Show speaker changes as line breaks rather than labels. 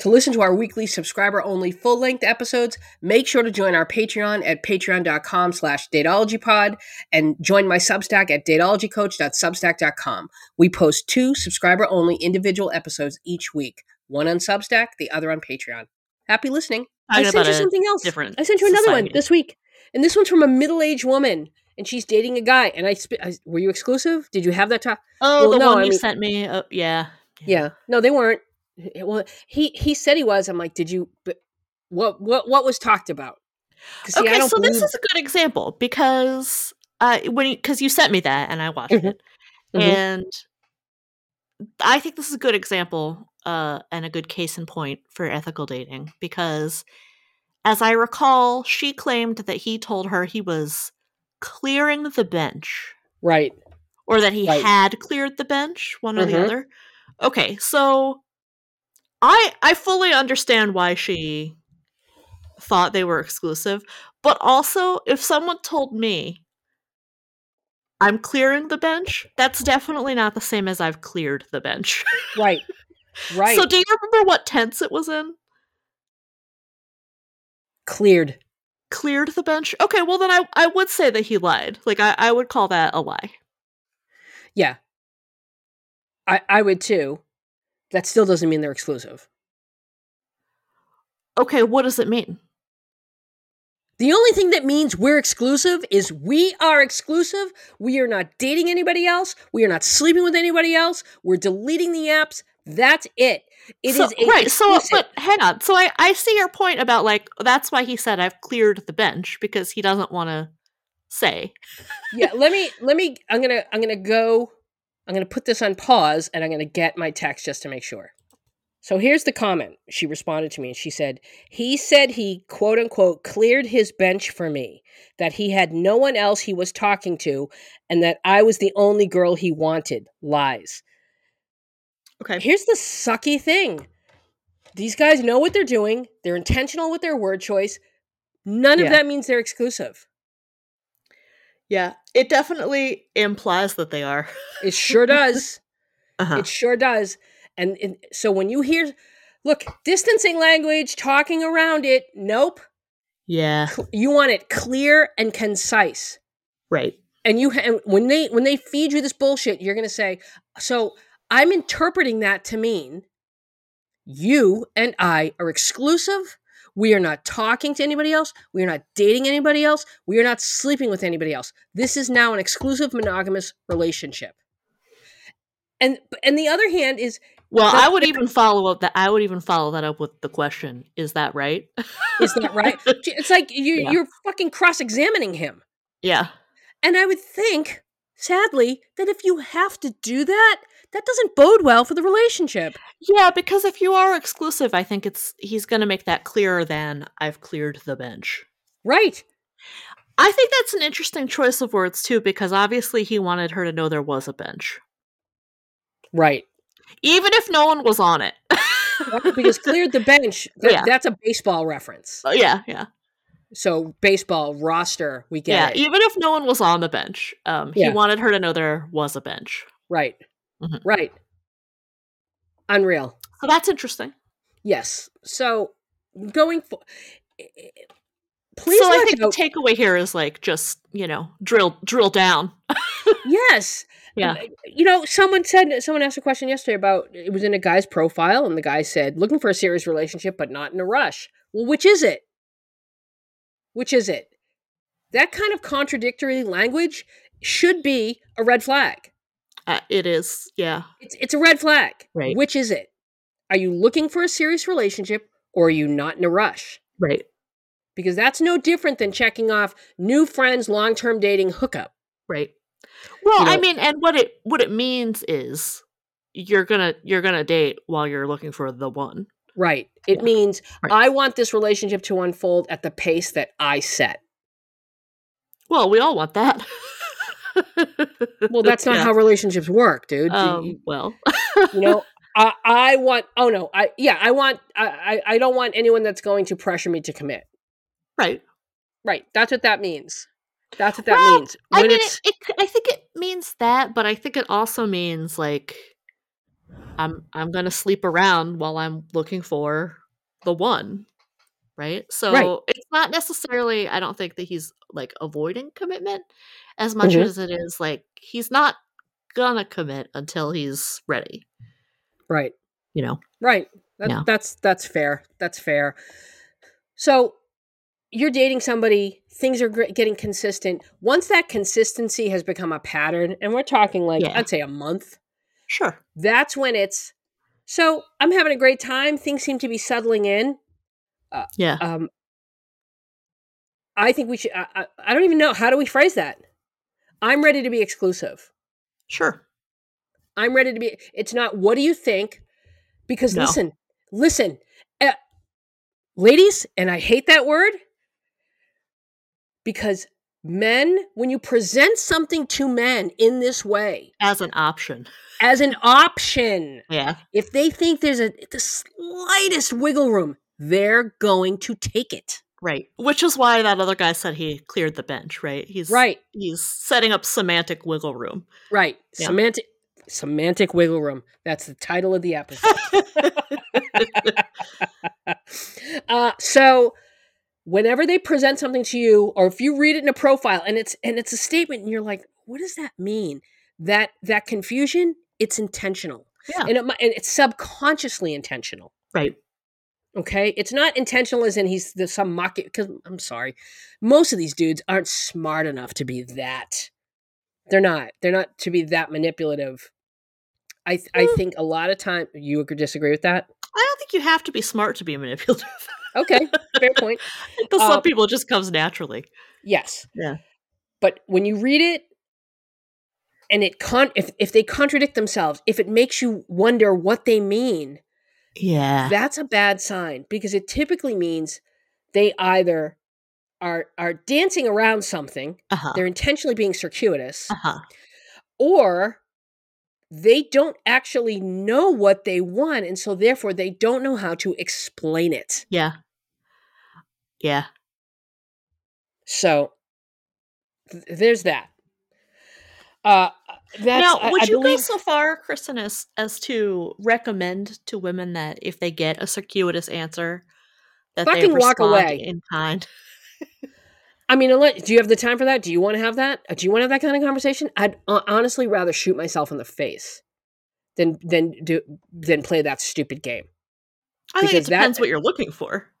To listen to our weekly subscriber-only full-length episodes, make sure to join our Patreon at patreon.com slash datologypod and join my Substack at datologycoach.substack.com. We post two subscriber-only individual episodes each week, one on Substack, the other on Patreon. Happy listening. I,
Talking
sent
about
you
a
something else.
different
I sent you another one
society.
this week, and this one's from a middle-aged woman, and she's dating a guy. And I, sp- I were you exclusive? Did you have that talk?
Oh,
Well,
the
no,
one
I
you
mean-
sent me. Oh, yeah.
Yeah. No, they weren't. It- Well, he he said he was. I'm like, did you? But what what what was talked about? 'Cause, see, I
okay,
don't
so this
believe-
is a good example because uh, when because you, sent me that and I watched
Mhm.
it,
Mhm.
and I think this is a good example uh, and a good case in point for ethical dating because, as I recall, she claimed that he told her he was clearing the bench
right.
or that he
Right.
had cleared the bench, one or
Mhm.
the other. Okay, so I I fully understand why she thought they were exclusive, but also if someone told me I'm clearing the bench, that's definitely not the same as I've cleared the bench.
Right. Right.
So do you remember what tense it was in?
Cleared.
Cleared the bench? Okay, well then I, I would say that he lied. Like I, I would call that a lie.
Yeah. I I would too. That still doesn't mean they're exclusive.
Okay, what does it mean?
The only thing that means we're exclusive is we are exclusive. We are not dating anybody else. We are not sleeping with anybody else. We're deleting the apps. That's it. It is
so,
a
right. So,
exclusive.
but hang on. So I I see your point about like that's why he said I've cleared the bench because he doesn't want to say.
yeah let me let me i'm gonna i'm gonna go i'm gonna put this on pause and i'm gonna get my text just to make sure so here's the comment she responded to me and she said he said he quote unquote cleared his bench for me that he had no one else he was talking to and that i was the only girl he wanted lies
Okay.
here's the sucky thing these guys know what they're doing they're intentional with their word choice none
Yeah.
of that means they're exclusive
Yeah. It definitely implies that they are.
it sure does
Uh-huh.
It sure does. And it, so when you hear, look, distancing language, talking around it, nope.
Yeah.
Cl- You want it clear and concise.
Right.
And you ha- and when they when they feed you this bullshit, you're going to say, "So I'm interpreting that to mean you and I are exclusive. We are not talking to anybody else. We are not dating anybody else. We are not sleeping with anybody else. This is now an exclusive monogamous relationship." And and the other hand is
Well,
That's
I would even follow up that I would even follow that up with the question, is that right?
Is that right? J- It's like you,
Yeah.
you're fucking cross examining him.
yeah.
And I would think, sadly, that if you have to do that, that doesn't bode well for the relationship.
Yeah, because if you are exclusive, I think it's he's going to make that clearer than I've cleared the bench.
Right.
I think that's an interesting choice of words too, because obviously he wanted her to know there was a bench,
Right.
even if no one was on it.
because cleared the bench, that-
Yeah.
that's a baseball reference.
Oh, yeah, yeah,
So, baseball roster, we get
yeah.
it.
Even if no one was on the bench, um,
Yeah.
he wanted her to know there was a bench.
Right.
Mhm.
Right. Unreal.
So that's interesting.
Yes. So, going for. eh, Please
so I
let
think
go-
the takeaway here is like just you know drill drill down.
Yes.
Yeah.
And, uh, You know, someone said someone asked a question yesterday about it was in a guy's profile, and the guy said looking for a serious relationship, but not in a rush. Well, which is it? Which is it? That kind of contradictory language should be a red flag.
Uh, it is, yeah,
It's it's a red flag.
Right.
Which is it? Are you looking for a serious relationship, or are you not in a rush?
right.
Because that's no different than checking off new friends, long term dating, hookup.
Right. Well,
You
I
know-
mean, and what it what it means is you're gonna you're gonna date while you're looking for the one.
Right. It
Yeah.
means
Right.
I want this relationship to unfold at the pace that I set.
Well, we all want that.
Well, that's not
Yeah.
how relationships work, dude. You-
Um, well,
you know, I, I want. Oh no, I yeah, I want. I, I I don't want anyone that's going to pressure me to commit.
right.
Right. That's what that means. That's what that
Well,
means.
I
When
mean,
it's
it, it, I think it means that, but I think it also means like I'm I'm gonna sleep around while I'm looking for the one. Right. So
Right.
it's not necessarily I don't think that he's like avoiding commitment as much
Mhm.
as it is like he's not gonna commit until he's ready,
Right.
you know.
Right. That,
Yeah.
That's that's fair. That's fair. So you're dating somebody. Things are gr- getting consistent. Once that consistency has become a pattern, and we're talking like
Yeah.
I'd say a month,
Sure.
that's when it's. So I'm having a great time. Things seem to be settling in.
Yeah.
Um, I think we should. I, I, I don't even know how do we phrase that. I'm ready to be exclusive.
Sure.
I'm ready to be. It's not what do you think? Because
No.
listen, listen, uh, ladies, and I hate that word because men, when you present something to men in this way
As an option.
as an option,
Yeah.
if they think there's a the slightest wiggle room, they're going to take it.
Right. Which is why that other guy said he cleared the bench, right? He's
Right,
he's setting up semantic wiggle room.
right.
Yeah.
Semantic, semantic wiggle room. That's the title of the episode. uh, so whenever they present something to you or if you read it in a profile and it's and it's a statement and you're like what does that mean that that confusion it's intentional
Yeah.
and, it, mi- and it's subconsciously intentional
right.
okay it's not intentional as in he's the, some mocking because i'm sorry most of these dudes aren't smart enough to be that they're not they're not to be that manipulative i th- i
Mm.
think a lot of time you agree disagree with that
I don't think you have to be smart to be manipulative.
okay fair point
to
Uh,
some people, it just comes naturally.
yes
Yeah.
but when you read it and it con if, if they contradict themselves if it makes you wonder what they mean
Yeah.
that's a bad sign because it typically means they either are are dancing around something
Uh huh.
they're intentionally being circuitous
Uh huh.
or they don't actually know what they want and so therefore they don't know how to explain it
Yeah. Yeah.
so th- there's that uh that's
now,
I-
would
I
you
believe-
go so far, Kristen, as, as to recommend to women that if they get a circuitous answer, that they
Fucking
respond
walk away.
in kind?
I mean, unless, do you have the time for that? Do you want to have that? Uh, Do you want to have that kind of conversation? I'd hon- honestly rather shoot myself in the face than than do than play that stupid game.
I think
Because
it
that-
depends what you're looking for.